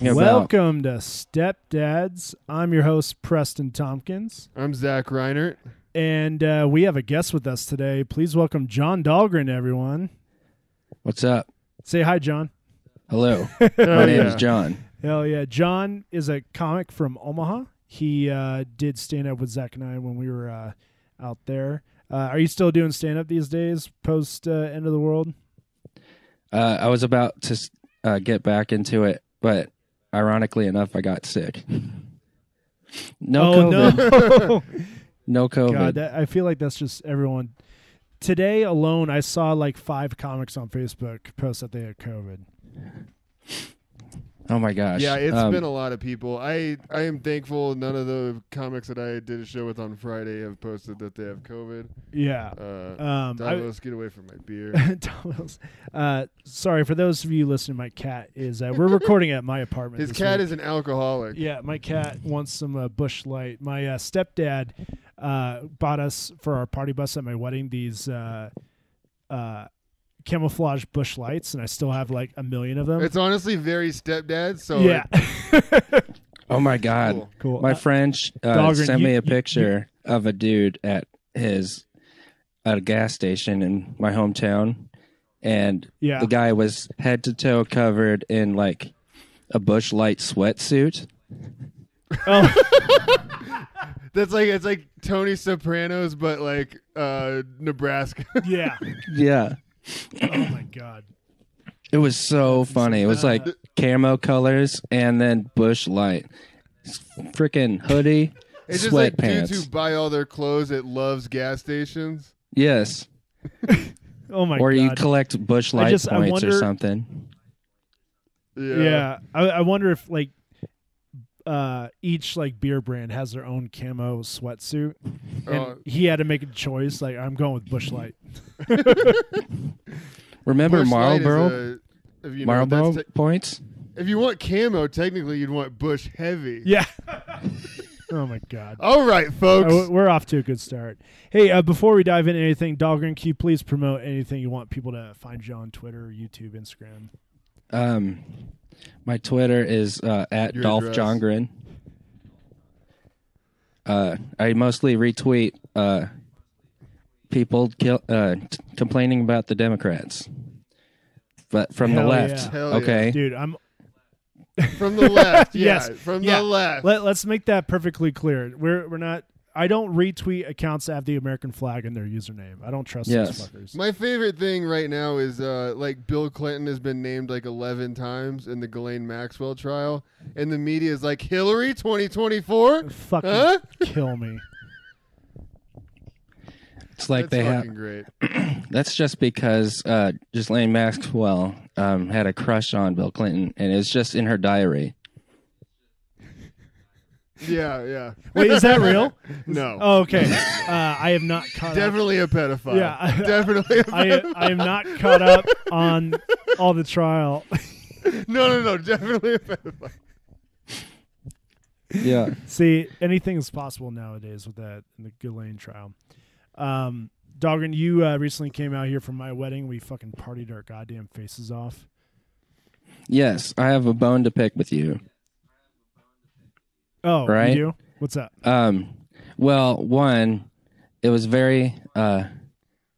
about. Welcome to Stepdads. I'm your host, Preston Tompkins, I'm Zach Reinert. and uh, we have a guest with us today. Please welcome John Dahlgren, everyone. What's up? Say hi, John. Hello. Um, My name is John. Hell yeah. John is a comic from Omaha. He uh, did stand up with Zach and I when we were uh, out there. Uh, are you still doing stand up these days, post uh, end of the world? Uh, I was about to s- uh, get back into it, but ironically enough, I got sick. No oh, COVID. No, no. COVID. God, that, I feel like that's just everyone. Today alone, I saw like five comics on Facebook post that they had COVID. oh my gosh. Yeah, it's it's been a lot of people. I I am thankful none of the comics that I did a show with on Friday have posted that they have COVID. Yeah. Uh, Um, I, Davos, get away from my beer. Davos. Uh, sorry for those of you listening. My cat is. Uh, we're recording at my apartment. His this cat week. is an alcoholic. Yeah, my cat wants some uh, bush light. My uh, stepdad uh, bought us for our party bus at my wedding these uh, uh, camouflage bush lights, and I still have like a million of them. It's honestly very stepdad. So yeah, like, oh my cool. God. cool. My Uh, friend sh- uh, Dahlgren, sent you- me you- a picture of a dude at his at a gas station in my hometown, and yeah, the guy was head to toe covered in like a bush light sweatsuit. oh, That's like it's like Tony Sopranos, but like uh, Nebraska. yeah. Yeah. Oh my god. It was so funny. It was like camo colors and then bush light. Freaking hoodie, It's just like dudes sweatpants. who buy all their clothes at Love's gas stations. Yes. Oh my or god. you collect bush light just- I points wonder- or something. Yeah. yeah, I, I wonder if like uh each like beer brand has their own camo sweatsuit and Oh. he had to make a choice like i'm going with bush light Remember Bush Light is Marlboro? a- if you know what that's Marlboro te- points? If you want camo, technically you'd want Bush Heavy. yeah oh my god All right, Uh, folks. we- we're off to a good start hey uh, before we dive into anything Dahlgren, can you please promote anything you want people to find you on twitter youtube instagram Um, my Twitter is uh, at Your Dolph address. Jongren. Uh, I mostly retweet uh, people kill, uh, t- complaining about the Democrats, but from the Hell yeah. left. Hell yeah. Okay. dude i'm from the left. Yeah, Yes. From Yeah. the left. Let, let's make that perfectly clear. We're we're not. I don't retweet accounts that have the American flag in their username. I don't trust Yes. those fuckers. My favorite thing right now is uh, like Bill Clinton has been named like 11 times in the Ghislaine Maxwell trial, and the media is like Hillary 2024. Fucking Huh? kill me. It's like That's they have. fucking great. That's just because uh, Ghislaine Maxwell um, had a crush on Bill Clinton, and it's just in her diary. Yeah, yeah. Wait, is that real? no. Oh, okay. Uh, I have not caught up. Definitely a pedophile. Yeah, I- Definitely a I uh, pedophile. I am not caught up on all the trial. no, no, no. Definitely a pedophile. Yeah. See, anything is possible nowadays with that in the Ghislaine trial. Um, Doggin, you uh, recently came out here from my wedding. We fucking partied our goddamn faces off. yes, I have a bone to pick with you. Oh, Right. you do? What's up? Um, well, one, it was very uh,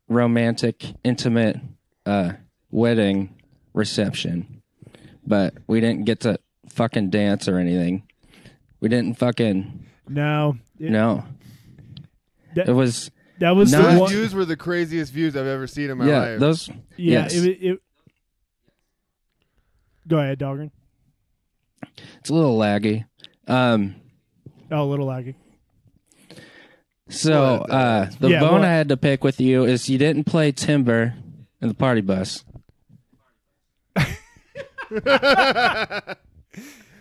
romantic, intimate uh, wedding reception, but we didn't get to fucking dance or anything. We didn't fucking No, it- no. That- it was that was the Not- Those one. views were the craziest views I've ever seen in my yeah. life. Those Yeah, Yes. it, it, it- Go ahead, Dahlgren. it's a little laggy. Um, Oh, a little laggy. so Well, uh, uh, the Yeah, bone well- I had to pick with you is you didn't play timber in the party bus.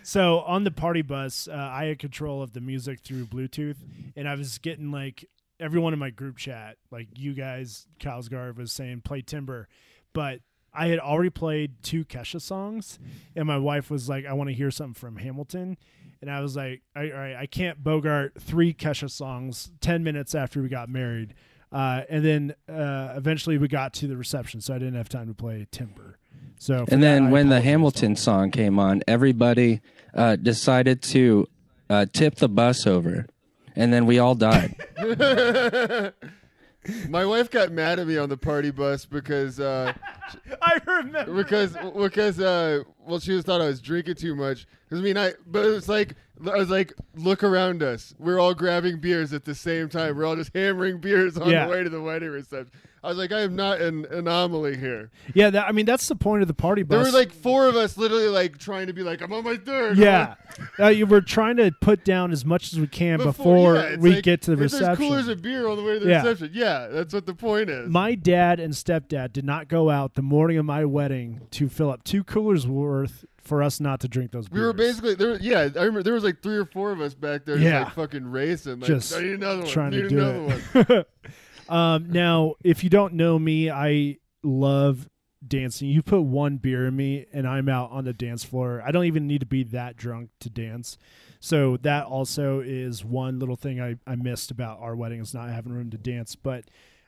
So on the party bus, uh, I had control of the music through Bluetooth, and I was getting like everyone in my group chat, like you guys, Kalsgaard was saying, play Timber, but I had already played two Kesha songs, and my wife was like, I want to hear something from Hamilton, and I was like, all right, all right, I can't Bogart three Kesha songs ten minutes after we got married, uh, and then uh, eventually we got to the reception, so I didn't have time to play Timber. So for And that, then I when the apologize. Hamilton song came on, everybody uh, decided to uh, tip the bus over, and then we all died. My wife got mad at me on the party bus because uh, I remember because because uh, well she just thought I was drinking too much. 'Cause I mean I but it's like I was like look around us. We're all grabbing beers at the same time. We're all just hammering beers on Yeah. the way to the wedding reception. I was like I am not an anomaly here. Yeah, that, I mean that's the point of the party bus. There were like four of us literally like trying to be like I'm on my third. yeah, uh, you were trying to put down as much as we can before, yeah, it's we like, get to the if There's reception. coolers of beer on the way to the Yeah. reception. Yeah, that's what the point is. my dad and stepdad did not go out the morning of my wedding to fill up two coolers worth for us not to drink those. we were beers. basically there. Was, yeah, I remember there was like three or four of us back there, Yeah. just like fucking racing, like Just I need another one, trying to need do another it." one. Um, now, if you don't know me, I love dancing. You put one beer in me, and I'm out on the dance floor. I don't even need to be that drunk to dance. So that also is one little thing I, I missed about our wedding is not having room to dance. But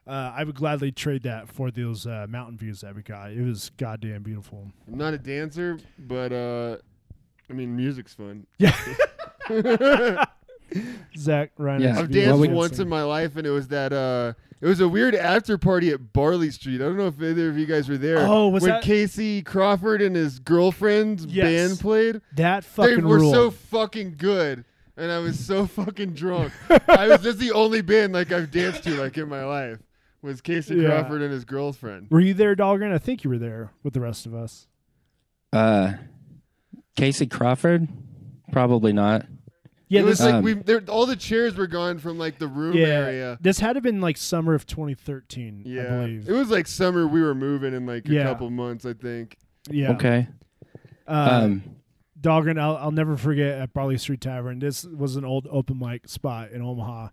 uh, I would gladly trade that for those uh, mountain views that we got. It was goddamn beautiful. I'm not a dancer, but uh, I mean, music's fun. Yeah. Zach Ryan. Yeah. I've Well, danced we- once in my life, and it was that. Uh, it was a weird after party at Barley Street. I don't know if either of you guys were there. Oh, was when that- Casey Crawford and his girlfriend's Yes. band played? that They fucking were rule. so fucking good, and I was so fucking drunk. I was just the only band like I've danced to like in my life was Casey Yeah. Crawford and his girlfriend. were you there, Dahlgren? I think you were there with the rest of us. Uh, Casey Crawford, probably not. Yeah, it was this like Um, we there- all the chairs were gone from like the room area. This had to been like summer of 2013, I Yeah, believe. it was like summer. We were moving in like a Yeah. couple months, I think. yeah. Okay. Uh, Um, Dahlgren, I'll, I'll never forget at Barley Street Tavern. This was an old open mic spot in Omaha,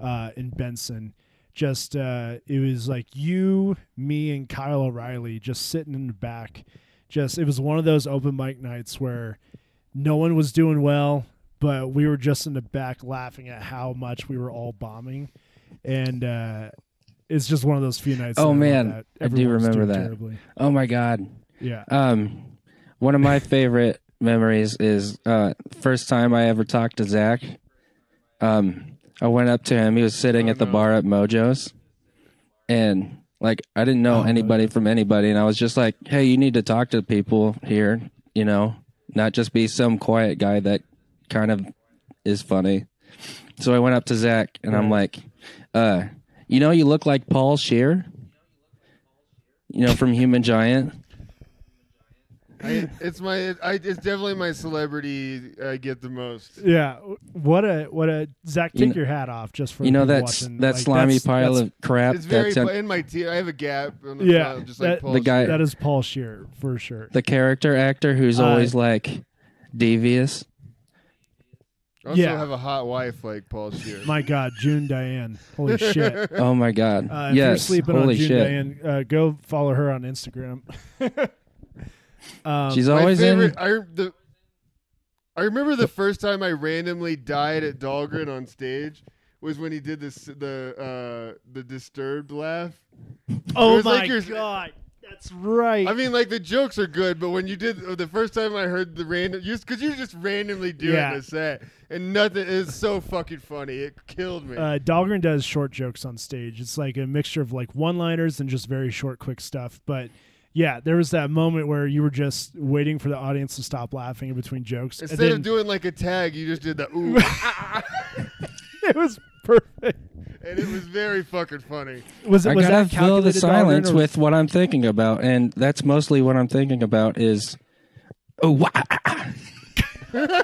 uh, in Benson. Just uh, it was like you, me, and Kyle O'Reilly just sitting in the back. Just it was one of those open mic nights where no one was doing well, but we were just in the back laughing at how much we were all bombing, and uh, it's just one of those few nights. Oh, that I man. remember that I do everyone was remember doing that. terribly. oh my God. Yeah. Um, one of my favorite memories is uh, first time I ever talked to Zach. Um, I went up to him. He was sitting Oh, at the no. bar at Mojo's, and like I didn't know Oh, anybody from anybody, and I was just like, "Hey, you need to talk to people here, you know, not just be some quiet guy that kind of is funny." So I went up to Zach and I'm like, uh, "You know, you look like Paul Shear, you know, from Human Giant." I, it's my, I, it's definitely my celebrity I get the most. Yeah, what a what a Zach, take You kn- your hat off just for you know people that watching. that Like, slimy that's- pile that's- of crap. It's very that's on- pla- in my teeth. I have a gap. On the Yeah, top, just like that- Paul The guy- that is Paul Shear for sure. the character actor who's Uh, always like devious. I also yeah. have a hot wife like Paul Shear. My God, June Diane, holy shit! Oh my god! Uh, if you're yes, sleeping holy on June shit! Diane, uh, go follow her on Instagram. um, She's My always favorite, in. I rem- the. I remember the first time I randomly died at Dahlgren on stage was when he did this the uh, the disturbed laugh. it oh was my like your- God, that's right. I mean, like the jokes are good, but when you did uh, the first time I heard the random, you because you just randomly doing Yeah. a set and nothing is so fucking funny. It killed me. uh, Dahlgren does short jokes on stage. It's like a mixture of like one-liners and just very short, quick stuff. But yeah, there was that moment where you were just waiting for the audience to stop laughing in between jokes. and Instead then of doing like a tag, you just did the ooh, ah, it was perfect. and it was very fucking funny. Was it? I was gotta that fill the calculated, Dahlgren, silence or- with what I'm thinking about, and that's mostly what I'm thinking about is. Oh, wah, ah, ah.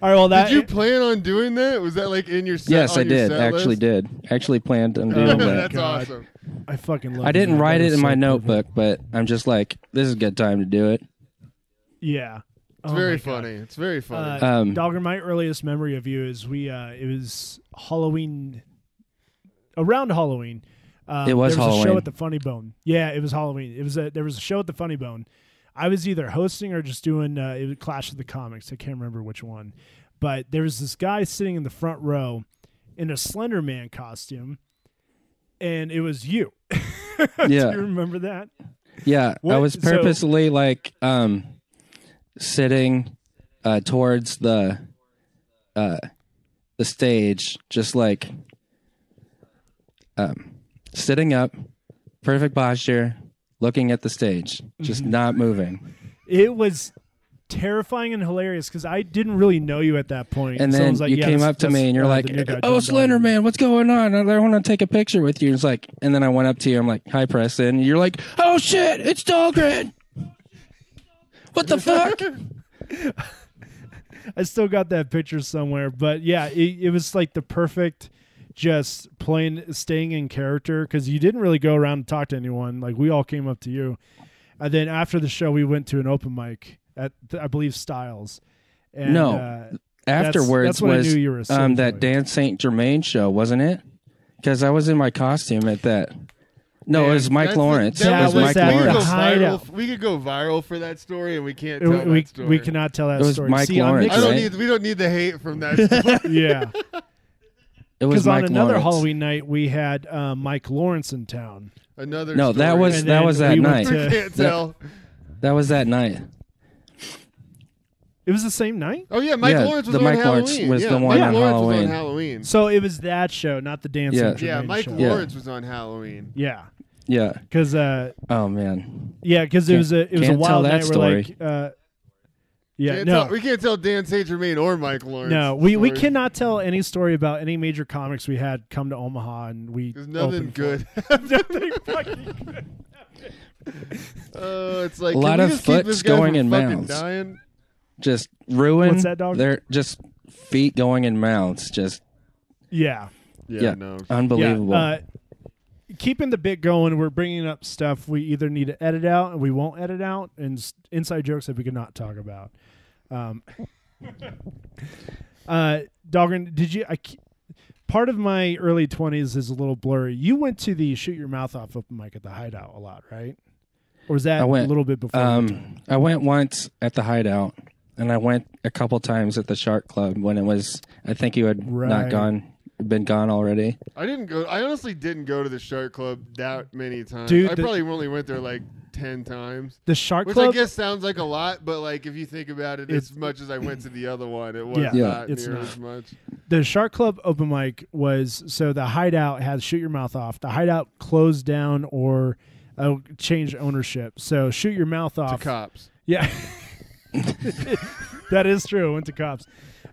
All right, well that Did you plan on doing that? Was that like in your set? yes, on I your did. set Actually, list? did. Actually planned on doing Oh, that. That's God. awesome. I fucking love. I didn't you. write That it was in so my perfect. notebook, but I'm just like, this is a good time to do it. Yeah, It's very funny. It's very funny. Oh Uh, Um, Dogger, my earliest memory of you is we. Uh, it was Halloween, around Halloween. Um, It was there was A show Halloween. at the Funny Bone. Yeah, it was Halloween. It was a, there was a show at the Funny Bone. I was either hosting or just doing uh, it was Clash of the Comics. I can't remember which one, but there was this guy sitting in the front row in a Slender Man costume, and it was you. Do Yeah. Uh, you remember that? Yeah, I What- was so- purposely like um sitting uh towards the uh the stage just like um sitting up perfect posture looking at the stage just Mm-hmm. not moving. It was terrifying and hilarious because I didn't really know you at that point. And then Someone's like, you "Yeah, came that's- up to that's, me and you're uh, like, the new guy, "Oh, John Slender Donovan." Man, what's going on? I want to take a picture with you." It's like, and then I went up to you. I'm like, "Hi, Preston." You're like, "Oh shit, it's Dahlgren." What the fuck? I still got that picture somewhere, but yeah, it, it was like the perfect just plain staying in character because you didn't really go around and talk to anyone. Like we all came up to you, and then after the show, we went to an open mic at I believe Styles. And, No. uh, That's- afterwards that's when I was knew you were a um, that Sandboy. Dan St. Germain show, wasn't it? Because I was in my costume at that. No, oh, it was Mike That's the- Lawrence. that it was, was Mike that- We could, go Lawrence. Hideout. viral, we could go viral for that story, and we can't tell we, that story. we cannot tell that It was story. Mike See, I'm Lawrence, I don't right? need. We don't need the hate from that. story. mixing- yeah. It was Because Mike on another Lawrence. Halloween night, we had uh, Mike Lawrence in town. Another. No, that story. was- And that then was that we went night. We to- can't that- tell. That was that night. it was the same night? Oh yeah, Mike Yeah, Lawrence was the on Mike Halloween. Lawrence was yeah, the one Mike on Lawrence Halloween. was on Halloween. So it was that show, not the dance. Yeah. yeah, Mike show. Yeah. Lawrence was on Halloween. Yeah, Yeah. because uh, Oh man. yeah, because it Can't- was a it was a can't tell wild that night. Where story. like, uh, yeah, Can't no, tell- we can't tell Dan Saint Germain or Mike Lawrence. no, we we stories. cannot tell any story about any major comics we had come to Omaha, and we There's nothing opened for- good. nothing fucking good. Oh, it's like A can lot we of just keep foots this guy going from in fucking mouths. Dying? Just ruin. What's that, dog? They're just feet going in mouths. Just Yeah, Yeah, Yeah. no. unbelievable. Yeah, uh, keeping the bit going, we're bringing up stuff we either need to edit out and we won't edit out, and s- inside jokes that we could not talk about. Um, uh, Dahlgren, did you? I, c- part of my early twenties is a little blurry. You went to the shoot your mouth off open mic at the Hideout a lot, right? Or was that I went, a little bit before? your time? um, I went once at the hideout, and I went a couple times at the Shark Club when it was. I think you had Right. not gone, been gone already. I didn't go. I honestly didn't go to the Shark Club that many times. Dude, I the- probably only went there like ten times, the Shark which I Club. guess sounds like a lot, but like if you think about it, It's- as much as I went to the other one, it was Yeah, Yeah. not it's near not. as much. the Shark Club open mic was so the hideout had shoot your mouth off. The hideout closed down or uh, changed ownership. So shoot your mouth To off. cops. Yeah. that is true. I went to cops.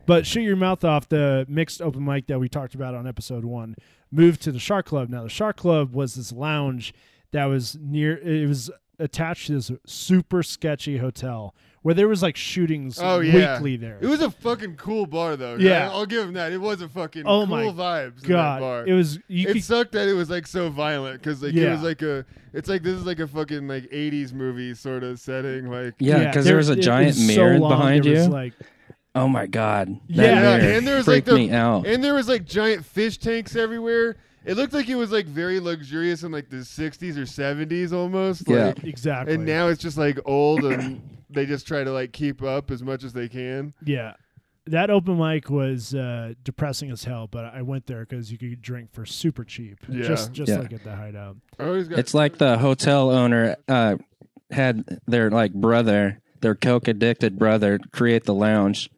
But shoot your mouth off the mixed open mic that we talked about on episode one moved to the Shark Club. Now the Shark Club was this lounge that was near it was attached to this super sketchy hotel where there was like shootings Oh yeah, weekly there. It was a fucking cool bar though. Yeah. I- I'll give him that. It was a fucking Oh cool my vibes. in that bar. God, it was you it could sucked that it was like so violent because like it Yeah. was like a it's like this is like a fucking like 80s movie sort of setting like Yeah, because there, was a it- it giant was so mirror long, behind there you. was, like, oh my god! That Yeah, mirror and there was, like, freaked the- me out. and there was like giant fish tanks everywhere it looked like it was like very luxurious in like the 60s or 70s almost Yeah. like exactly. and now it's just like old and they just try to like keep up as much as they can yeah, that open mic was uh, depressing as hell. But I went there because you could drink for super cheap. Yeah. just just Yeah. like at the hideout. I always got It's like the hotel owner uh, had their like brother, their coke addicted brother, create the lounge.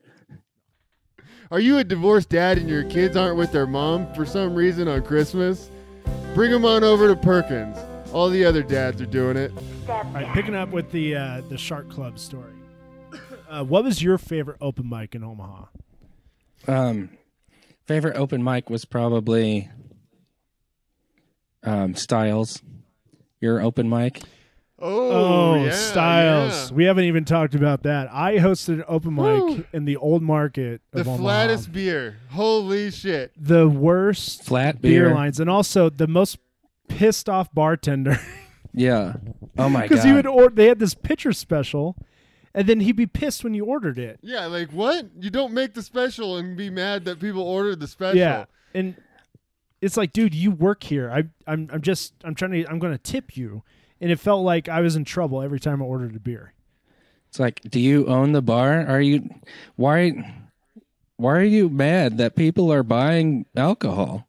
Are you a divorced dad and your kids aren't with their mom for some reason on Christmas? Bring them on over to Perkins. All the other dads are doing it. All right, picking up with the uh, the Shark Club story. Uh, what was your favorite open mic in Omaha? Um, favorite open mic was probably um, Styles. Your open mic. Oh, yeah, Styles. yeah. We haven't even talked about that. I hosted an open mic Woo. in the old market The of Omaha. flattest beer. Holy shit. the worst Flat beer beer. lines and also the most pissed off bartender. Yeah. Oh my because god. he would order. They had this pitcher special, and then he'd be pissed when you ordered it. Yeah, like what? You don't make the special and be mad that people ordered the special. Yeah, and it's like, dude, you work here. I, I'm, I'm just, I'm trying to, I'm going to tip you, and it felt like I was in trouble every time I ordered a beer. It's like, do you own the bar? Are you why why are you mad that people are buying alcohol?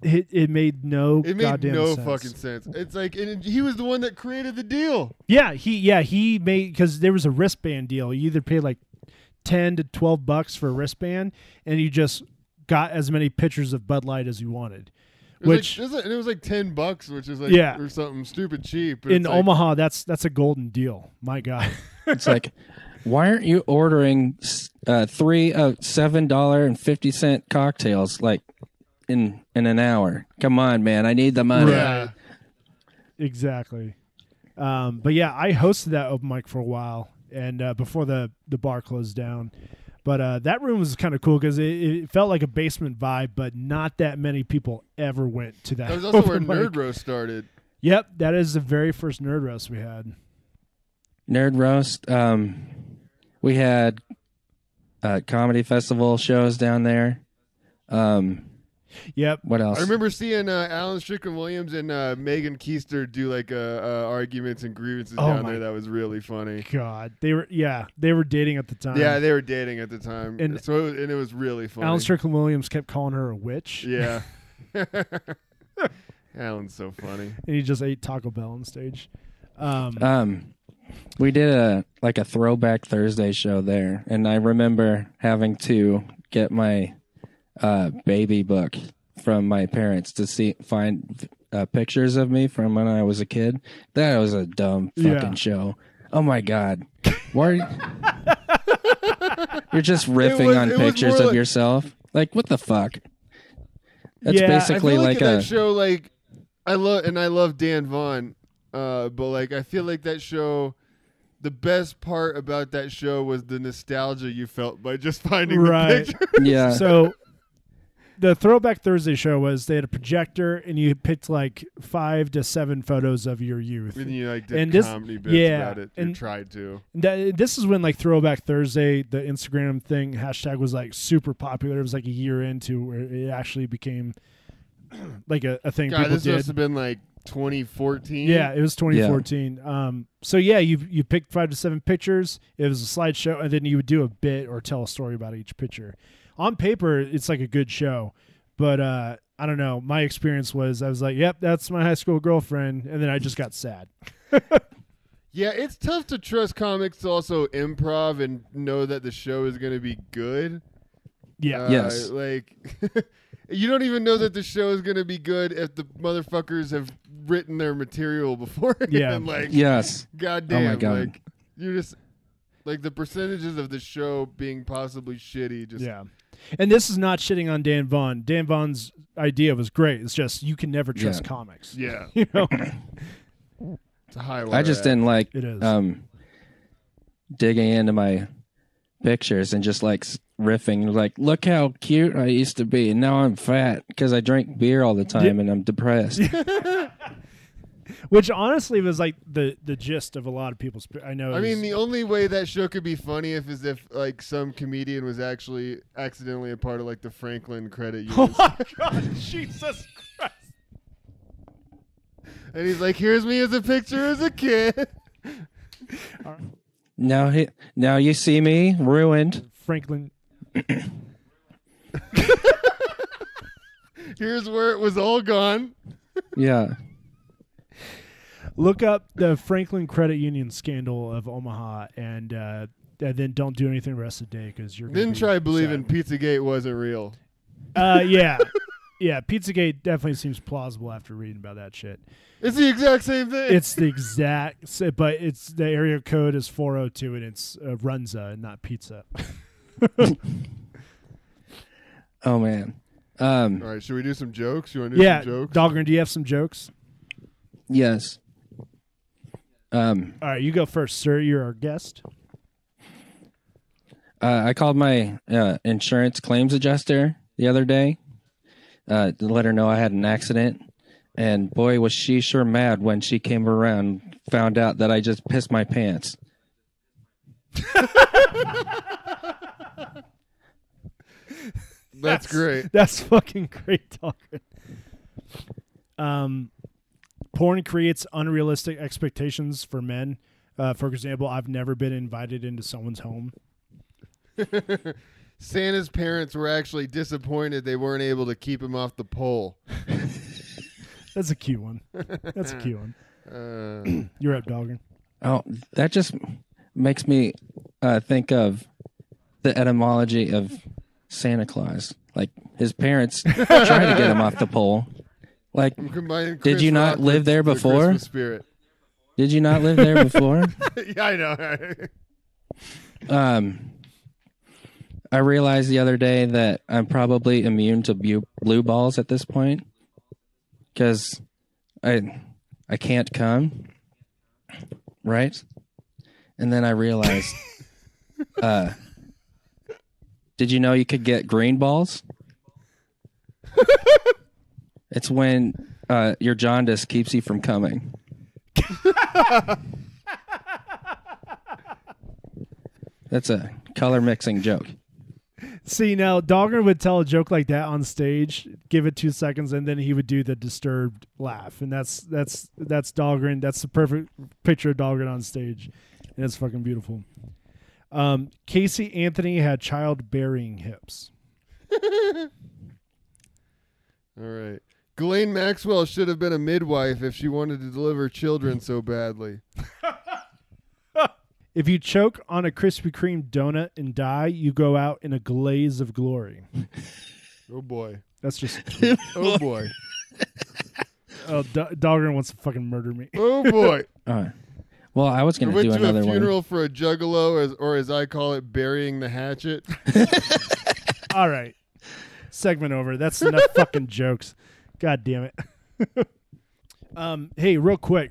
it, it made no It made goddamn no sense. fucking sense. It's like, and he was the one that created the deal. Yeah, he yeah he made because there was a wristband deal. You either paid like ten to twelve bucks for a wristband, and you just got as many pictures of Bud Light as you wanted. It was Which- like, it was like- and it was like ten bucks, which is like Yeah. or something stupid cheap. but In it's like, Omaha, that's that's a golden deal. My God, It's like, why aren't you ordering s- uh, three of seven dollar and fifty cent cocktails like in in an hour? Come on, man, I need the money. yeah, exactly. Um, but yeah, I hosted that open mic for a while, and uh, before the the bar closed down. But uh, that room was kind of cool because it, it felt like a basement vibe, but not that many people ever went to that. that was also where open mic. Nerd Roast started. Yep, that is the very first nerd roast we had. Nerd roast. Um, we had uh, comedy festival shows down there. Um, Yep. what else? I remember seeing uh, Alan Strickland Williams and uh, Megan Keister do like uh, uh, arguments and grievances Oh down my- there. That was really funny. God, they were yeah, they were dating at the time. yeah, they were dating at the time, and- so it, and it was really funny. Alan Strickland Williams kept calling her a witch, yeah, Alan's so funny. and he just ate Taco Bell on stage. Um, Um, we did a like a throwback Thursday show there, and I remember having to get my uh, baby book from my parents to see find uh, pictures of me from when I was a kid. That was a dumb fucking Yeah. show. Oh my god, why? Are you... You're just riffing was- on it was more pictures of like- yourself. Like what the fuck? That's Yeah, I feel I basically feel like, like, in a that show, like I love and I love Dan Vaughn, uh, but like I feel like that show, the best part about that show was the nostalgia you felt by just finding Right. the picture. yeah. so the Throwback Thursday show was they had a projector and you picked like five to seven photos of your youth. and you like did And this- comedy bits yeah, about it. You and- tried to. That- this is when like Throwback Thursday, the Instagram thing hashtag was like super popular. It was like a year into where it actually became like a, a thing God, people this did. must have been like 2014. Yeah, it was 2014. Um, so yeah, you you picked five to seven pictures. It was a slideshow, and then you would do a bit or tell a story about each picture. On paper, it's like a good show, but uh, I don't know. My experience was I was like, "Yep, that's my high school girlfriend," and then I just got sad. yeah. It's tough to trust comics to also improv and know that the show is going to be good. Yeah, Uh, Yes. Like, you don't even know that the show is going to be good if the motherfuckers have written their material before. Yeah. like, yes. goddamn. God. Like, you just, like, the percentages of the show being possibly shitty just. yeah. And this is not shitting on Dan Vaughn. Dan Vaughn's idea was great. It's just you can never trust Yeah. comics. Yeah. You know, It's a high I wire just act. didn't like It is. um digging into my pictures and just like s- riffing like look how cute I used to be and now I'm fat because I drink beer all the time and I'm depressed. which honestly was like the the gist of a lot of people's. I know. I it was- mean, the only way that show could be funny if is if like some comedian was actually accidentally a part of like the Franklin credit union, Oh my God, Jesus Christ! and he's like, "Here's me as a picture as a kid." now he, now you see me ruined. Franklin. Here's where it was all gone. Yeah. Look up the Franklin Credit Union scandal of Omaha, and uh, and then don't do anything the rest of the day because you're. gonna Then be try believing sad. Pizzagate wasn't real. Uh, yeah, yeah. PizzaGate definitely seems plausible after reading about that shit. It's the exact same thing. It's the exact, s- but it's the area code is 402, and it's uh, Runza, and not pizza. Oh man. Um all right. Should we do some jokes? You want to do yeah, some jokes? Dahlgren, do you have some jokes? yes. Um All right, you go first, sir. You're our guest. Uh, I called my uh, insurance claims adjuster the other day uh, to let her know I had an accident. And boy, was she sure mad when she came around, found out that I just pissed my pants. That's great. That's fucking great talking. Um, porn creates unrealistic expectations for men. Uh, for example, I've never been invited into someone's home. Santa's parents were actually disappointed they weren't able to keep him off the pole. That's a cute one. That's a cute one. Uh, You're up, Dogger. Oh, that just makes me uh, think of the etymology of Santa Claus. Like his parents tried to get him off the pole. Like, I'm combining. Did you Chris not Rock live with there the before? Christmas spirit. did you not live there before? yeah, I know. right? Um, I realized the other day that I'm probably immune to bu- blue balls at this point because I I can't come, right? And then I realized, uh, did you know you could get green balls? it's when uh, your jaundice keeps you from coming. That's a color mixing joke. See now, Dogger would tell a joke like that on stage, give it two seconds, and then he would do the disturbed laugh, and that's that's that's Dahlgren. That's the perfect picture of Dahlgren on stage, and it's fucking beautiful. Um, Casey Anthony had childbearing hips. All right. Ghislaine Maxwell should have been a midwife if she wanted to deliver children so badly. If you choke on a Krispy Kreme donut and die, you go out in a glaze of glory. Oh boy. That's just Oh boy. oh, D- Dahlgren wants to fucking murder me. Oh boy. All right. Well, I was I going to went do to another a one. funeral for a juggalo, or as, or as I call it, burying the hatchet. All right, segment over. That's enough fucking jokes. God damn it. um, hey, real quick,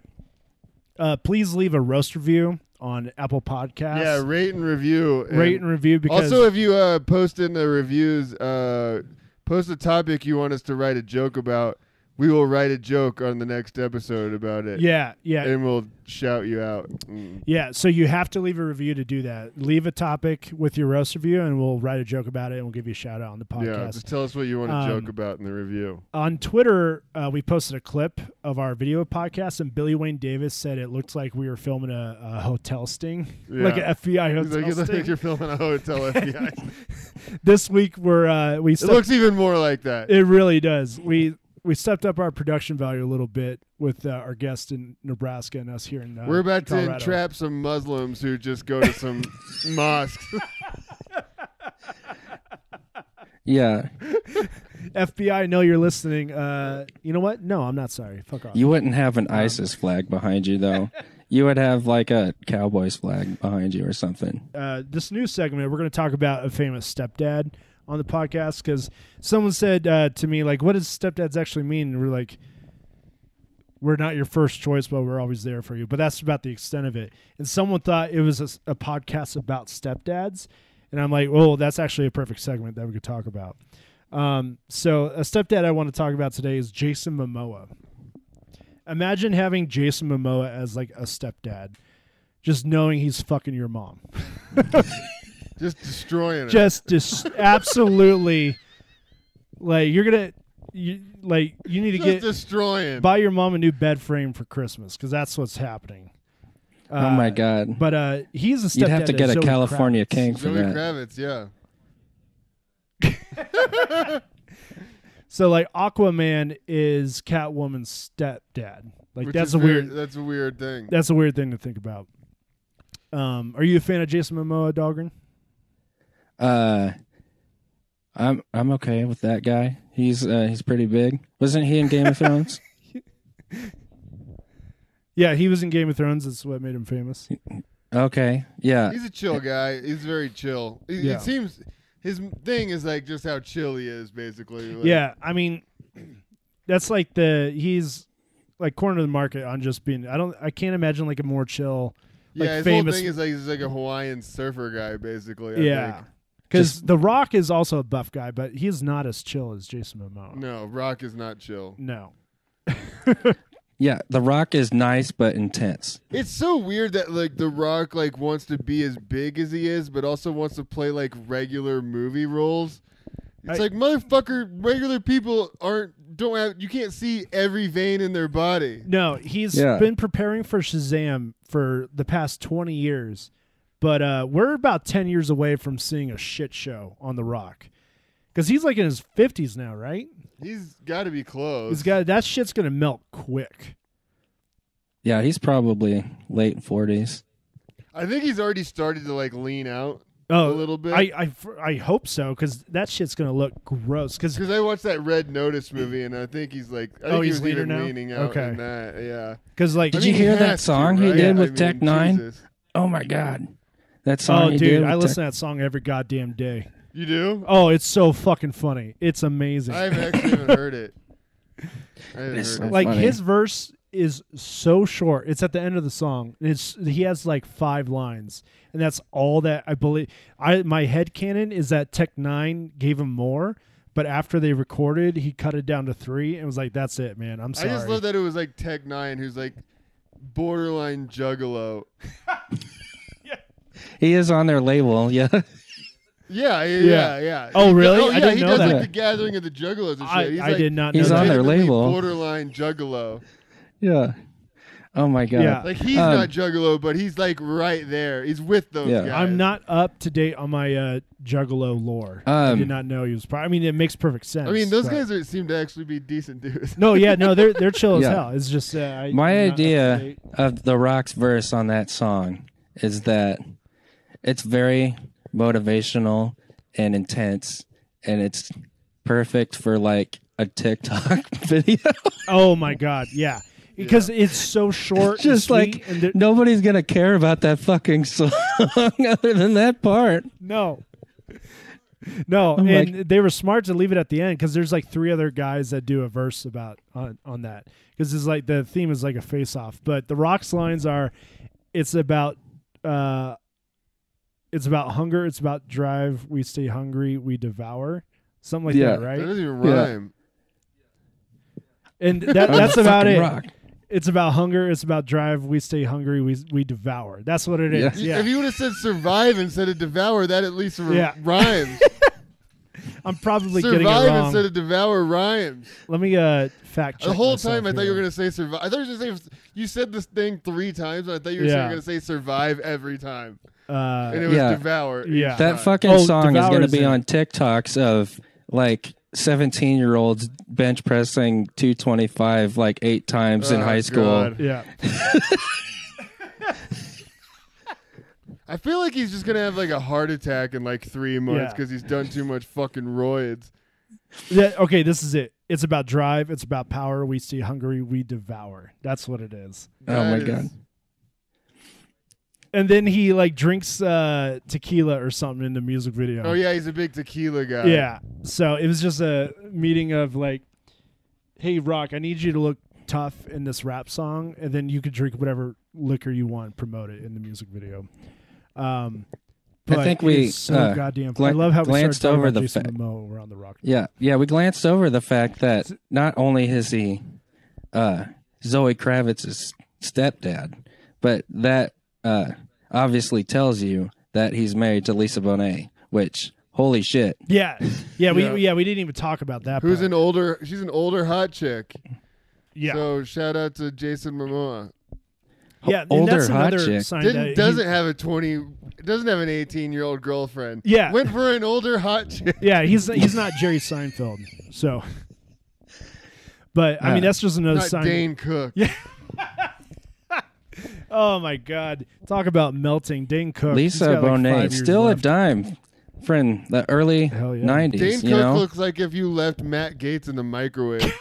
uh, please leave a roast review on Apple Podcasts. Yeah, rate and review. and- rate and review because also, if you uh, post in the reviews, uh, post a topic you want us to write a joke about. We will write a joke on the next episode about it. yeah, yeah, And we'll shout you out. Mm. yeah. So you have to leave a review to do that. Leave a topic with your roast review, and we'll write a joke about it, and we'll give you a shout out on the podcast. Yeah, just tell us what you want to Um, joke about in the review. on Twitter, uh, we posted a clip of our video podcast, and Billy Wayne Davis said it looked like we were filming a, a hotel sting, Yeah. like an FBI He's hotel like, it's like sting. you're filming a hotel FBI. This week, we're uh, we it stepped, looks even more like that. it really does. We we stepped up our production value a little bit with uh, our guest in Nebraska and us here in uh, We're about to Colorado. entrap some Muslims who just go to some mosques. Yeah. FBI. I know you're listening. Uh, you know what? No, I'm not sorry. Fuck off. You wouldn't have Um, an ISIS flag behind you, though. you would have like a Cowboys flag behind you or something. uh, this new segment, we're going to talk about a famous stepdad on the podcast because someone said uh, to me, like, what does stepdads actually mean? And we're like, we're not your first choice, but we're always there for you. But that's about the extent of it. And someone thought it was a, s- a podcast about stepdads. And I'm like, well, that's actually a perfect segment that we could talk about. Um, so, a stepdad I want to talk about today is Jason Momoa. Imagine having Jason Momoa as like a stepdad, just knowing he's fucking your mom just destroying it. just dis- absolutely like you're gonna you, like you need to just get destroying. buy your mom a new bed frame for christmas because that's what's happening oh my God. but uh he's a stepdad You'd have to get of a Zoe California Kravitz. king for Zoe that. Kravitz, yeah. so like aquaman is catwoman's stepdad like Which that's is a weird. weird That's a weird thing. that's a weird thing to think about um are you a fan of jason momoa Dahlgren? Uh, I'm I'm okay with that guy. He's uh, he's pretty big. Wasn't he in Game of Thrones? yeah he was in game of thrones that's what made him famous Okay. Yeah. He's a chill guy. He's very chill. It, Yeah. it seems his m- thing is like just how chill he is, basically. Like, yeah, I mean, that's like the he's like corner of the market on just being. I don't. I can't imagine like a more chill. Like yeah. His famous. whole thing is like he's like a Hawaiian surfer guy, basically. I yeah, think. because The Rock is also a buff guy, but he's not as chill as Jason Momoa. No, Rock is not chill. No. Yeah. The Rock is nice but intense. It's so weird that like The Rock like wants to be as big as he is, but also wants to play like regular movie roles. It's I- like motherfucker, regular people aren't don't have you can't see every vein in their body. No, he's Yeah. been preparing for Shazam for the past 20 years But uh, we're about 10 years away from seeing a shit show on The Rock. Because he's like in his 50s now, right? He's got to be He's close. got, that shit's going to melt quick. Yeah, he's probably late 40s. I think he's already started to like lean out Oh, a little bit. I, I, I hope so because that shit's going to look gross. Because Because I watched that Red Notice movie, and I think he's like, I Oh, think he he's was leader even now? leaning out Okay. in that. Yeah. like, Did I mean, you hear he that has to, song he right? did I with mean, Tech Nine? Jesus. Oh my god. That song oh, he dude, did I with listen to that song every goddamn day. You do? Oh, it's so fucking funny. It's amazing. I've actually haven't heard it. I haven't It's heard it. like- like funny. his verse is so short. It's at the end of the song. It's he has like five lines, and that's all that I believe. I my head canon is that Tech Nine gave him more, but after they recorded, he cut it down to three and was like, "That's it, man. I'm I sorry." just love that it was like Tech Nine, who's like borderline juggalo. Tech- He is on their label, yeah. Yeah, yeah, Yeah. yeah. yeah. Oh, He- really? Oh, I yeah, didn't he know does that. like the gathering of the juggalos and shit. I, he's I like, did not know. He's that. on their legitimately label. Borderline juggalo. yeah. Oh my god. Yeah. Like he's Um, not juggalo, but he's like right there. He's with those Yeah. guys. I'm not up to date on my uh, Juggalo lore. I Um, did not know he was. Pro- I mean, it makes perfect sense. I mean, those but- guys are, seem to actually be decent dudes. No, yeah, no, they're they're chill Yeah. as hell. It's just uh, I, My I'm not up to idea date. of The Rock's verse on that song is that it's very motivational and intense, and it's perfect for like a TikTok video. Oh my god, yeah, because it's so short, and Just sweet, like and there- nobody's gonna care about that fucking song other than that part. no. No, I'm and they were smart to leave it at the end because there's like three other guys that do a verse about on, on that because it's like the theme is like a face off, but the rocks lines are, it's about, uh, it's about hunger, it's about drive, we stay hungry, we devour, something like Yeah. that, That right? doesn't even Yeah. rhyme. And that, I'm the that's about fucking it. Rock. It's about hunger, it's about drive, we stay hungry, we we devour. That's what it Yeah. is. Yeah, If you would have said survive instead of devour, that at least r- Yeah. rhymes. I'm probably getting it survive wrong. instead of devour rhymes. Let me uh fact check. the whole myself time I thought you here. were gonna say survive. I thought you were gonna say you said this thing three times, and I thought you were Yeah. gonna say survive every time, Uh, and it was Yeah. devour. each Yeah. That time. fucking Oh, song is Devour going to is be in on TikToks of like 17 year olds bench pressing 225 like eight times in Oh, high school. God. yeah. I feel like he's just gonna have like a heart attack in like three months Yeah. because he's done too much fucking roids. Yeah, Okay, this is it. It's about drive. It's about power. We stay hungry. We devour. That's what it is. Oh my That is- God. And then he like drinks uh, tequila or something in the music video. Oh yeah, he's a big tequila guy. Yeah. So it was just a meeting of like, hey Rock, I need you to look tough in this rap song, and then you could drink whatever liquor you want, promote it in the music video. Um, I but think we, it's so uh, goddamn. glan- I love how we started glanced talking over about the Jason fact- Momoa around the Rock. Yeah. Yeah. We glanced over the fact that not only is he uh, Zoe Kravitz's stepdad, but that uh, obviously tells you that he's married to Lisa Bonet, which, holy shit. Yeah, yeah, we Yeah. yeah we didn't even talk about that. Who's part. an older? She's an older hot chick. yeah So shout out to Jason Momoa. yeah and older that's hot another chick. sign that Didn't he- doesn't have a twenty. Doesn't have an eighteen year old girlfriend. Yeah. Went for an older hot chick. yeah he's he's not Jerry Seinfeld so. But I mean Yeah. that's just another Not sign. Dane Cook. Oh my God! Talk about melting. Dane Cook, He's Lisa got like Bonet, five years still left. a dime. Friend, the early Hell yeah. 90s. Dane you Cook know? looks like if you left Matt Gates in the microwave.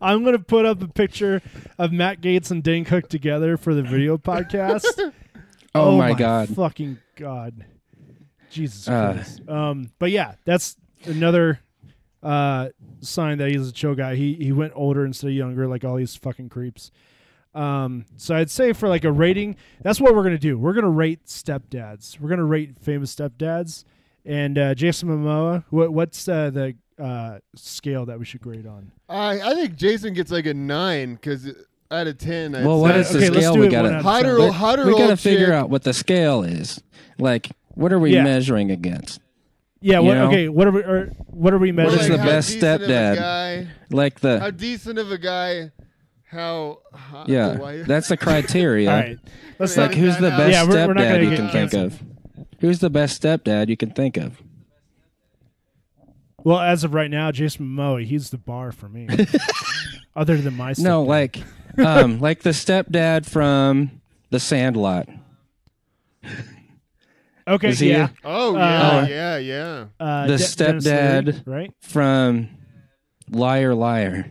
I'm gonna put up a picture of Matt Gates and Dane Cook together for the video podcast. oh, my, God. Fucking God! Jesus Uh. Christ! Um, but yeah, that's another uh sign that he's a chill guy. He he went older instead of younger, like all these fucking creeps. Um, so I'd say for like a rating, that's what we're gonna do. We're gonna rate stepdads. We're gonna rate famous stepdads. And uh, Jason Momoa, what, what's uh, the uh, scale that we should grade on? I I think Jason gets like a nine because out of ten. I'd Well, what say. is the okay, let's scale do we it got one to out of hotter, ten. old, hotter we old gotta figure chick. out what the scale is. Like, what are we Yeah. measuring against? Yeah. What, You know? okay. What are we? Or, what are we We're What is measuring? the how best decent of a stepdad? guy- Like How the decent of a guy? How hot the yeah, wife- that's the criteria. All right. Let's It's like not. Right. who's the best Yeah, we're- we're not stepdad gonna you get can think of? Who's the best stepdad you can think of? Well, as of right now, Jason Momoa, he's the bar for me. Other than my No, like um like the stepdad from The Sandlot. stepdad. okay, is he yeah, Oh yeah, Uh, yeah, yeah. uh, the De- Dennis Leary, stepdad. right? From Liar Liar.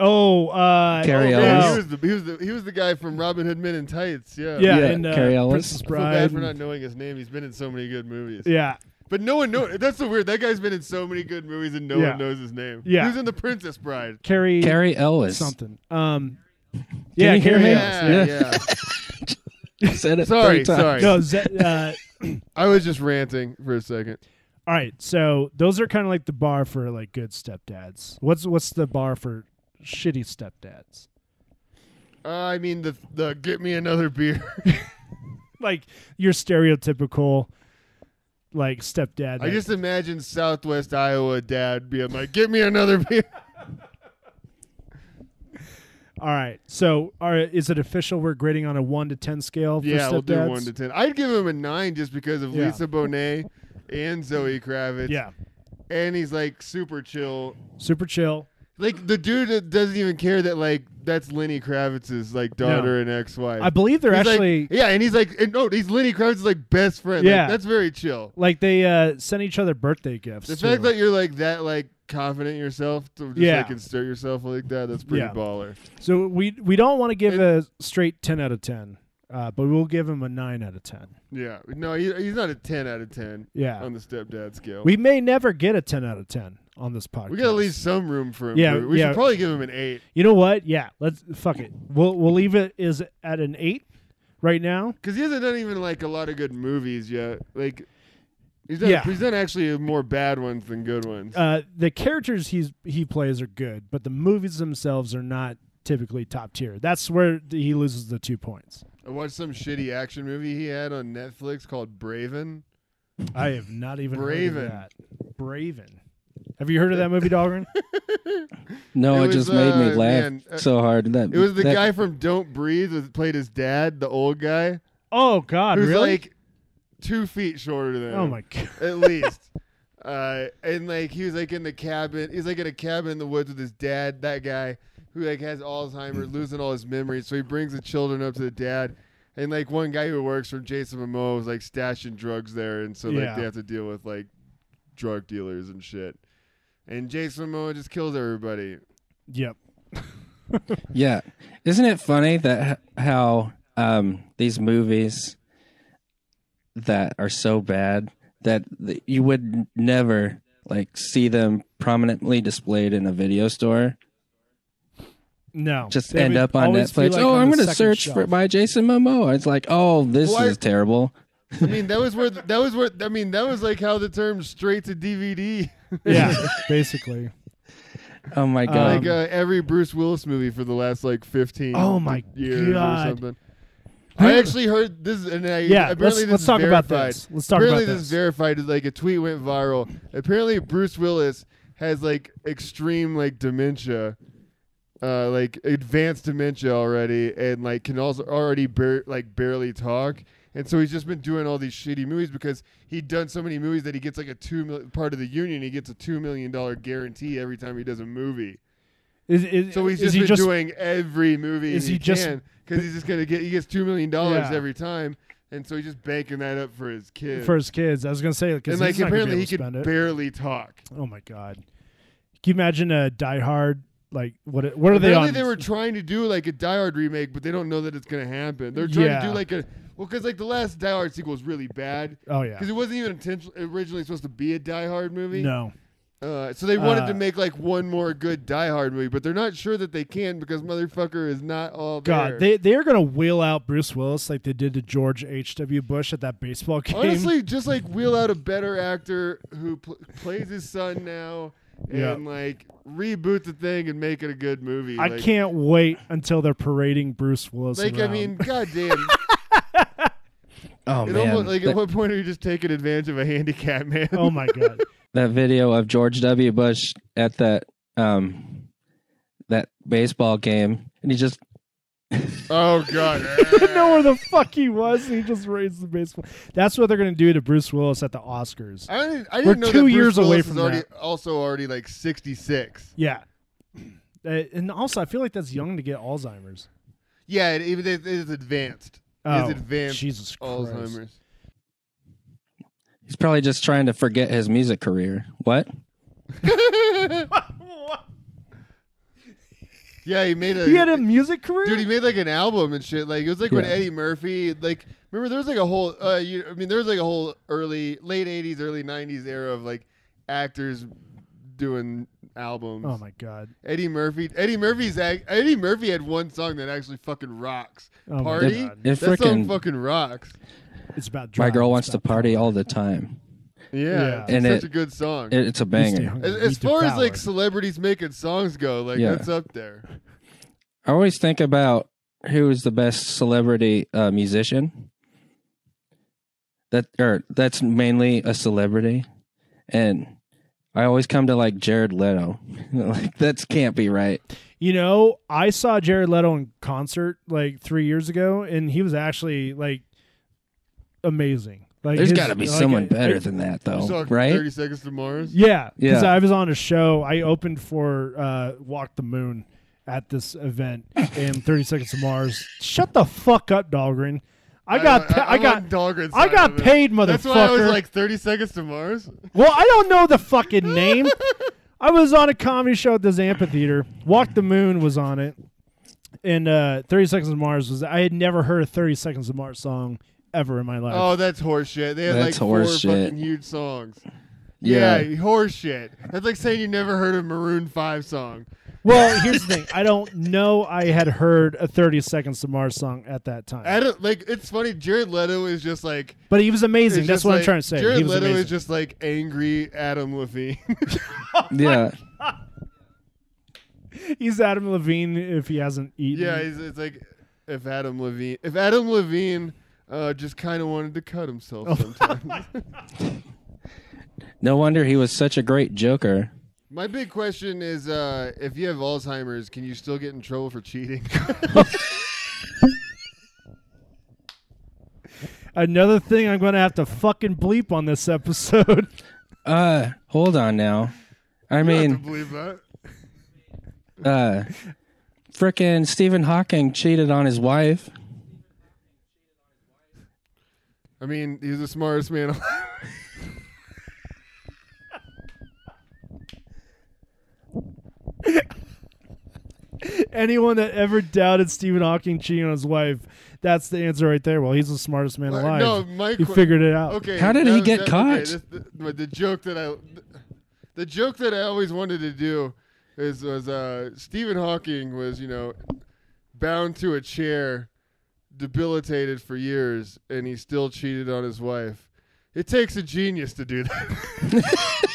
Oh, uh, Carrie oh, Yeah, Ellis. he was the he was the he was the guy from Robin Hood Men in Tights. Yeah. yeah, Yeah, and uh, Carrie Ellis. Princess I I feel bad Bride. for not knowing his name. He's been in so many good movies. yeah, But no one knows. That's so weird. That guy's been in so many good movies and no Yeah. one knows his name. Yeah. He was in The Princess Bride. Carrie, Carrie Ellis. something. Um, Can yeah, you hear Carrie me? Ellis. Yeah, Yeah. yeah. Said it Sorry, three times. sorry. No, Ze- uh, I was just ranting for a second. all right. So those are kind of like the bar for like good stepdads. What's what's the bar for shitty stepdads? Uh, I mean the the get me another beer. Like your stereotypical like stepdad. I that- just imagine Southwest Iowa dad being like, "Get me another beer." all right. So are is it official? We're grading on a one to ten scale. For yeah, stepdads? we'll do one to ten. I'd give him a nine just because of Yeah. Lisa Bonet and Zoe Kravitz. Yeah, and he's like super chill. super chill. Like the dude that doesn't even care that like that's Lenny Kravitz's like daughter and ex-wife. I believe they're He's like- actually yeah, and he's like, and, no, he's Lenny Kravitz's like best friend. Like, Yeah. that's very chill. like they uh sent each other birthday gifts. The too. fact that you're like that, like confident in yourself to just Yeah. like insert yourself like that, that's pretty Yeah. baller. so we we don't want to give a straight ten out of ten, uh, but we'll give him a nine out of ten. Yeah, no, he, he's not a ten out of ten Yeah, on the stepdad scale. we may never get a ten out of ten on this podcast. we gotta leave some room for him. Yeah, we yeah. should probably give him an eight You know what? Yeah, let's fuck it. We'll we'll leave it is at an eight right now. because he hasn't done even like a lot of good movies yet. Like he's done, Yeah. he's done actually more bad ones than good ones. Uh, the characters he's he plays are good, but the movies themselves are not typically top tier. That's where the, he loses the two points. I watched some shitty action movie he had on Netflix called Braven. I have not even heard Braven. of that. Braven. Have you heard of that movie, Dahlgren? No, It it, was, just made me uh, laugh man, uh, so hard. That It was the that- guy from Don't Breathe that played his dad, the old guy, oh God, who's really? like two feet shorter than oh him, my God. at least. Uh, and like he was like in the cabin, he's like in a cabin in the woods with his dad, that guy who like has Alzheimer's, losing all his memories. So he brings the children up to the dad, and like one guy who works for Jason Momoa was like stashing drugs there, and so like Yeah. they have to deal with like drug dealers and shit. And Jason Momoa just kills everybody. Yep. Yeah. Isn't it funny that h- how um, these movies that are so bad that th- you would n- never like see them prominently displayed in a video store No. just They end would up on always be, Netflix. like, oh, on I'm the going to second search shelf. for my Jason Momoa. It's like, "Oh, this Why- is terrible." I mean, that was where that was where I mean that was like how the term straight to DVD, yeah, basically. Oh my like god. uh, every Bruce Willis movie for the last like fifteen. Um, Oh my years God. or something. I actually heard this, and I, Yeah, apparently let's, this let's is talk about verified. this. Let's talk apparently about this this. is verified. Is like a tweet went viral. Apparently Bruce Willis has like extreme like dementia, uh, like advanced dementia already, and like can also already bar- like barely talk. And so he's just been doing all these shitty movies because he'd done so many movies that he gets like a two mil- part of the union. He gets a two million dollar guarantee every time he does a movie. is, is, So he's is just he been just doing every movie is he, he just- can because he's just gonna get he gets two million dollars Yeah. every time, and so he's just banking that up for his kids. for his kids. I was gonna say because and like apparently he could. could barely talk. oh my god! Can you imagine a Die Hard? Like what? it- What are they apparently on? they were trying to do like a Die Hard remake, but they don't know that it's gonna happen. They're trying to Yeah. do like a well because like the last Die Hard sequel was really bad oh yeah. because it wasn't even intention- originally supposed to be a Die Hard movie. No. Uh, so they wanted Uh, to make like one more good Die Hard movie, but they're not sure that they can because motherfucker is not all there. God, they they are gonna wheel out Bruce Willis like they did to George H. W. Bush at that baseball game. Honestly, just like wheel out a better actor who pl- plays his son now, and Yeah. like reboot the thing and make it a good movie. I like, can't wait until they're parading Bruce Willis. Like I around. mean, goddamn. Oh It man, almost, like that, at what point are you just taking advantage of a handicap man? Oh my god. that video of George W. Bush at that um that baseball game, and he just oh god. he didn't know where the fuck he was, and he just raised the baseball. That's what they're gonna do to Bruce Willis at the Oscars. I didn't, I didn't We're two know that Bruce years away Willis from is already, also already like 66. Yeah. Uh, and also, I feel like that's young to get Alzheimer's. Yeah, it, it, it is advanced. Oh, it is advanced Jesus Christ. Alzheimer's. he's probably just trying to forget his music career. What? yeah, he made a He had a music career. dude. He made like an album and shit. Like it was like when Yeah. Eddie Murphy. Like remember there was like a whole. Uh, you, I mean there was like a whole early late '80s, early '90s era of like actors doing albums. oh my god. Eddie Murphy. Eddie Murphy's ac- Eddie Murphy had one song that actually fucking rocks. Oh my Party. God. It that song frickin' fucking rocks. It's about My drugs, girl it's wants to about party drugs. all the time. Yeah, Yeah. it's And such it- a good song. It, it's a You stay banger. hungry, as, you as far as like devoured. celebrities making songs go, like Yeah. that's up there. I always think about who is the best celebrity uh, musician. That or that's mainly a celebrity, and I always come to like Jared Leto. like that can't be right. You know, I saw Jared Leto in concert like three years ago, and he was actually like amazing. Like There's his- got to be like, uh, someone I- better I- than that, You saw though, Oh, right? Thirty Seconds to Mars. Yeah, because Yeah. I was on a show. I opened for uh, Walk the Moon at this event in 30 Seconds to Mars. Shut the fuck up, Dahlgren. I got, don't- pa- I, got, want Dahlgren's I side got of it. paid, motherfucker. That's why I was like Thirty Seconds to Mars. well, I don't know the fucking name. I was on a comedy show at this amphitheater. Walk the Moon was on it, and uh, 30 Seconds to Mars was. I had never heard a 30 Seconds to Mars song ever in my life. Oh, that's horseshit. They had like That's four horseshit. fucking huge songs. Yeah. horseshit. That's like saying you never heard a Maroon Five song. Well, here's the thing. I don't know. I had heard a 30 Seconds to Mars song at that time. I don't like. It's funny. Jared Leto is just like. But he was amazing. is That's just what I'm like- trying to say. Jared he was Leto amazing. is just like angry Adam Levine. yeah. he's Adam Levine if he hasn't eaten. yeah, it's, it's like if Adam Levine, if Adam Levine uh, just kind of wanted to cut Oh. himself sometimes. No wonder he was such a great Joker. My big question is, uh, if you have Alzheimer's, can you still get in trouble for cheating? Another thing I'm going to have to fucking bleep on this episode. Uh, hold on now. I I mean, believe that. uh, frickin' Stephen Hawking cheated on his wife. I mean, he's the smartest man. alive. Anyone that ever doubted Stephen Hawking cheating on his wife, that's the answer right there. Well, he's the smartest man alive. no, my he que- figured it out. Okay. How did he get caught? okay, this- the, but the joke that I, the joke that I always wanted to do, is was uh, Stephen Hawking was you know, bound to a chair, debilitated for years, and he still cheated on his wife. It takes a genius to do that.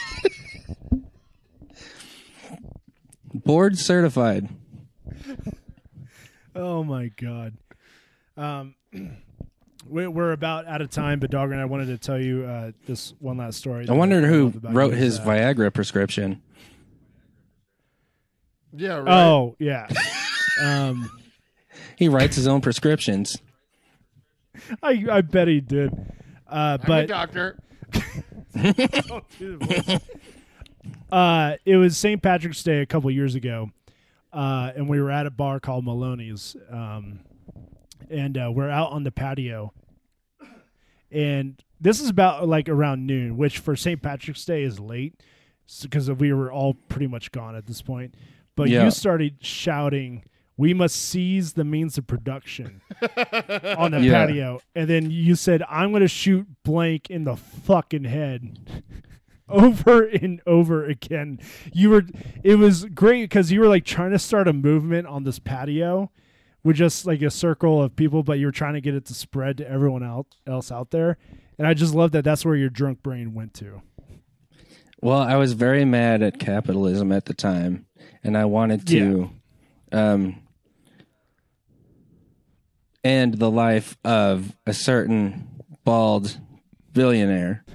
Board certified. Oh my god. Um, we- we're about out of time, but Dogger and I wanted to tell you uh, this one last story. I wondered who love about wrote you. his Uh, Viagra prescription. yeah. Right. Oh yeah. um, He writes his own prescriptions. I I bet he did. Uh, I'm a but doctor. uh, it was St. Patrick's Day a couple years ago, uh, and we were at a bar called Maloney's, um, and uh, we're out on the patio, and this is about like around noon, which for St. Patrick's Day is late because we were all pretty much gone at this point. But Yeah. you started shouting, "We must seize the means of production." on the Yeah. patio, and then you said, "I'm going to shoot blank in the fucking head." over and over again. You were it was great because you were like trying to start a movement on this patio with just like a circle of people, but you were trying to get it to spread to everyone out else out there. And I just love that that's where your drunk brain went to. Well, I was very mad at capitalism at the time, and I wanted to um, end the life of a certain bald billionaire,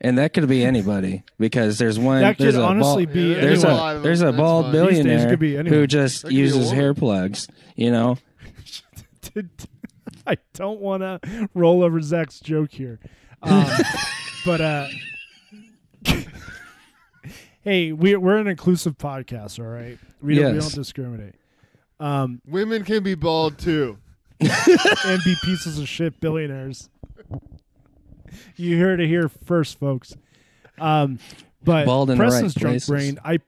and that could be anybody because there's one. That there's could a bald- honestly be Yeah, there's anyone. anyone. Well, a there's a that's bald fine. These days billionaire could be who anyone. just That could be a uses woman. hair plugs. You know, I don't want to roll over Zach's joke here, um, but uh, hey, we're we're an inclusive podcast, all right? We don't, we Yes. don't discriminate. Um, Women can be bald too. and be pieces of shit billionaires. You heard it here first, folks. Um, but Bald in the right Preston's drunk places. brain. I,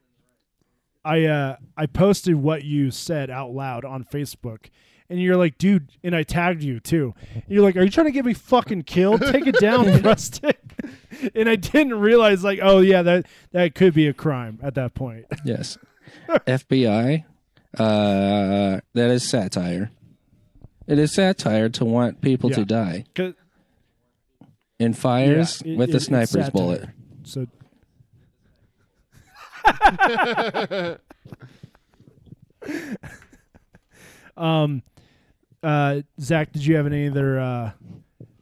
I, uh, I posted what you said out loud on Facebook, and you're like, dude, and I tagged you too. And you're like, are you trying to get me fucking killed? Take it down, Preston. and I didn't realize, like, oh yeah, that that could be a crime at that point. yes, FBI. Uh, that is satire. It is satire to want people to Yeah. die 'Cause- in fires Yeah, it- with it- a it's sniper's satire. bullet. So Um, uh, Zach, did you have any other uh,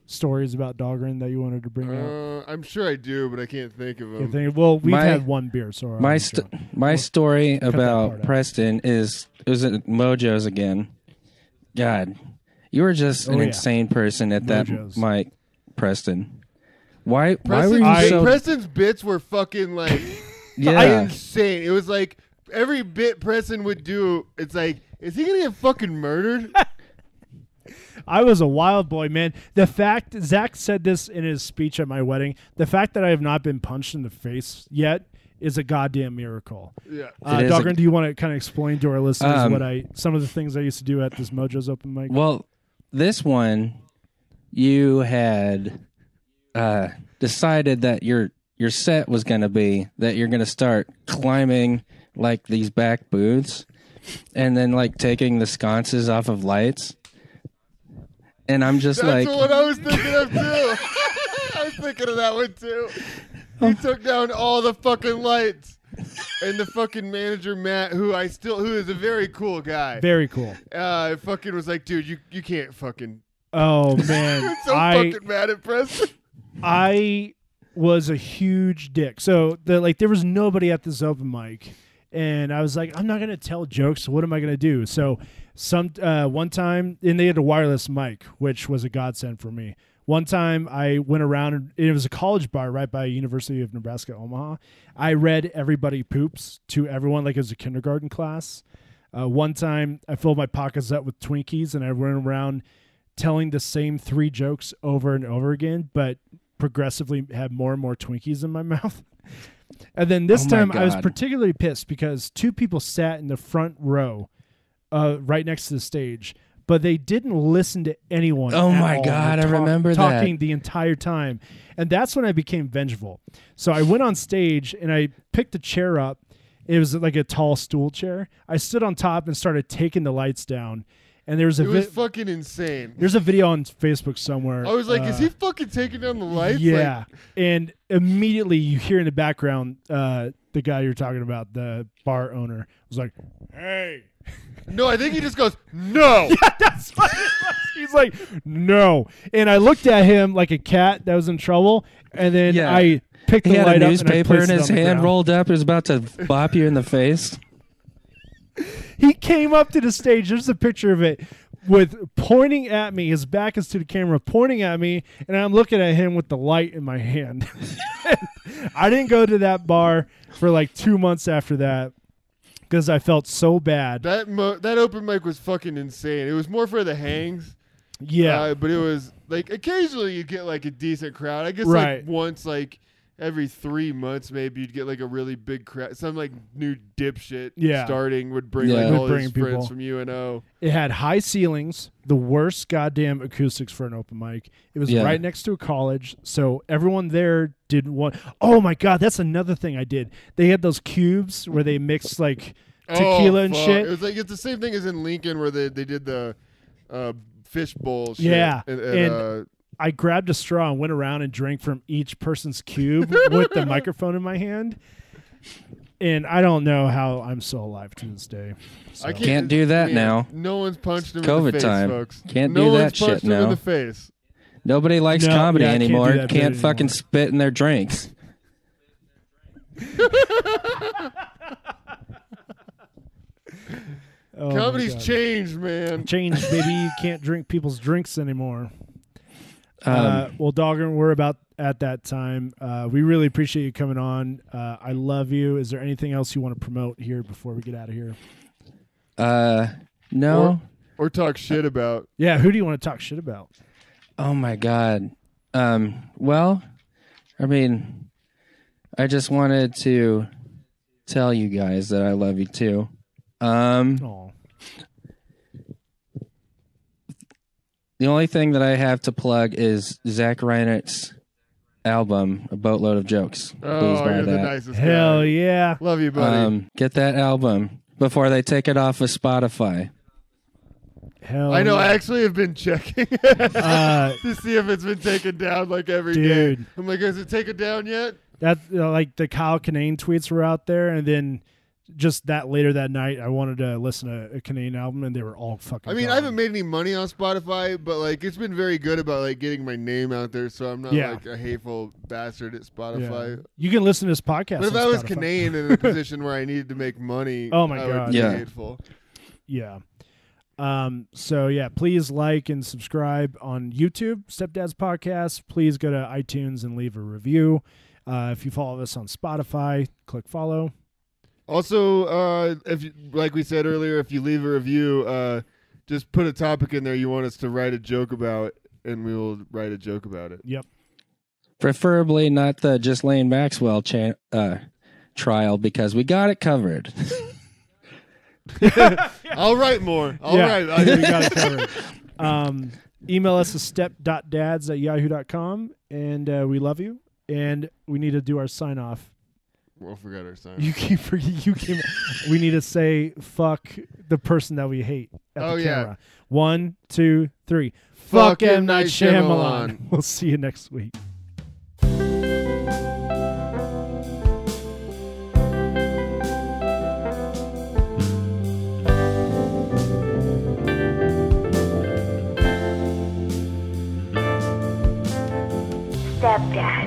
stories about Dahlgren that you wanted to bring up? Uh, I'm sure I do, but I can't think of You them. think- well, we've Um, my- had one beer, so uh, I'm my sure. st- my story that about part out. Preston is it was at Mojo's again. God, you were just an Oh, yeah. insane person at that Mojo's. mic, Preston. Why? why were Preston's, you I- so? Preston's bits were fucking like yeah, insane. It was like every bit Preston would do. It's like, is he gonna get fucking murdered? I was a wild boy, man. The fact Zach said this in his speech at my wedding. The fact that I have not been punched in the face yet is a goddamn miracle. yeah. Uh, is a- Dahlgren, do you want to kind of explain to our listeners Um, what I some of the things I used to do at this Mojo's open mic? Well, this one, you had uh, decided that your your set was going to be that you're going to start climbing like these back booths, and then like taking the sconces off of lights. And I'm just That's like, what I was thinking of too. I was thinking of that one too. Oh. He took down all the fucking lights. And the fucking manager Matt, who I still, who is a very cool guy, Very cool. uh, fucking was like, dude, you, you can't fucking. Oh man, So I fucking mad at Preston. I was a huge dick. So the like there was nobody at this open mic and I was like I'm not going to tell jokes. so What am I going to do? So some uh, one time and they had a wireless mic which was a godsend for me. One time I went around and it was a college bar right by University of Nebraska Omaha. I read everybody poops to everyone like it was a kindergarten class. Uh, one time I filled my pockets up with Twinkies and I went around telling the same three jokes over and over again, but progressively had more and more Twinkies in my mouth. And then this Oh my time I was God. particularly pissed because two people sat in the front row uh, right next to the stage, but they didn't listen to anyone. Oh at my all. God, They I remember that. Talking the entire time. And that's when I became vengeful. So I went on stage and I picked a chair up. It was like a tall stool chair. I stood on top and started taking the lights down. And there was a It was vi- fucking insane. there's a video on Facebook somewhere. I was like, is uh, he fucking taking down the lights? Yeah, and immediately you hear in the background uh, the guy you're talking about, the bar owner, was like, "Hey." Like, no, I think he just goes, no. That's what it was. He's like, no. And I looked at him like a cat that was in trouble, and then Yeah. I picked he the had light a up newspaper and I in placed it his on the hand ground. rolled up. He was about to bop you in the face. he came up to the stage. There's a picture of it with pointing at me. His back is to the camera, pointing at me, and I'm looking at him with the light in my hand. I didn't go to that bar for like two months after that because I felt so bad. That mo- that open mic was fucking insane. It was more for the hangs. Yeah. Uh, but it was like occasionally you get like a decent crowd. I guess Right. like once like every three months maybe you'd get like a really big crowd. Some like new dipshit Yeah. starting would bring Yeah. like Would all his bring people. friends from UNO. It had high ceilings, the worst goddamn acoustics for an open mic. It was Yeah. right next to a college, so everyone there didn't want. Oh my god, that's another thing I did. They had those cubes where they mixed like tequila Oh, and fuck. shit. It was like it's the same thing as in Lincoln where they they did the uh, fishbowl. Shit Yeah. at- at, And- uh, I grabbed a straw and went around and drank from each person's cube with the microphone in my hand. And I don't know how I'm still alive to this day. So. I can't, Can't do that man, now. No one's punched him in COVID the face, time. folks. Can't no do one's that shit punched him now. in the face. Nobody likes No, comedy yeah, I can't do anymore. that Can't, bit fucking anymore. spit in their drinks. Oh, my Comedy's God. changed, man. Change, baby. You can't drink people's drinks anymore. Um, uh, well, Dogger, we're about at that time. Uh, we really appreciate you coming on. Uh, I love you. Is there anything else you want to promote here before we get out of here? uh, no. Or, or talk shit about. Yeah, who do you want to talk shit about? Oh my god. Um well, I mean I just wanted to tell you guys that I love you too. Um Oh, the only thing that I have to plug is Zach Reinert's album, A Boatload of Jokes. Please Oh, buy you're the that. nicest hell guy. yeah! Love you, buddy. um get that album before they take it off of Spotify. Hell, I know. I Oh, yeah. actually have been checking uh, to see if it's been taken down like every day. Dude. I'm like, is it taken down yet? that uh, like the Kyle Kinane tweets were out there, and then just that later that night, I wanted to listen to a Kinane album, and they were all fucking. I mean, gone. I haven't made any money on Spotify, but like, it's been very good about like getting my name out there, so I'm not Yeah. like a hateful bastard at Yeah. Spotify. You can listen to this podcast. But if on I was Spotify. Canadian in a position where I needed to make money, Oh my I God. would be Yeah. hateful. Yeah. Um, so yeah, please like and subscribe on YouTube, Stepdad's Podcast. Please go to iTunes and leave a review. Uh, if you follow us on Spotify, click follow. Also, uh, if you, like we said earlier, if you leave a review, uh, just put a topic in there you want us to write a joke about, and we will write a joke about it. Yep. Preferably not the Just Lane Maxwell cha- uh trial because we got it covered. I'll write oh, more. All yeah. right. I, we got it covered. Um, email us at step.dads at yahoo.com and uh, we love you. And we need to do our sign off. well, forgot our sign. You keep forget- you keep we need to say fuck the person that we hate at Oh, the yeah. camera. One, two, three. Fuck Fucking M. Night Shyamalan. We'll see you next week. Stepdad.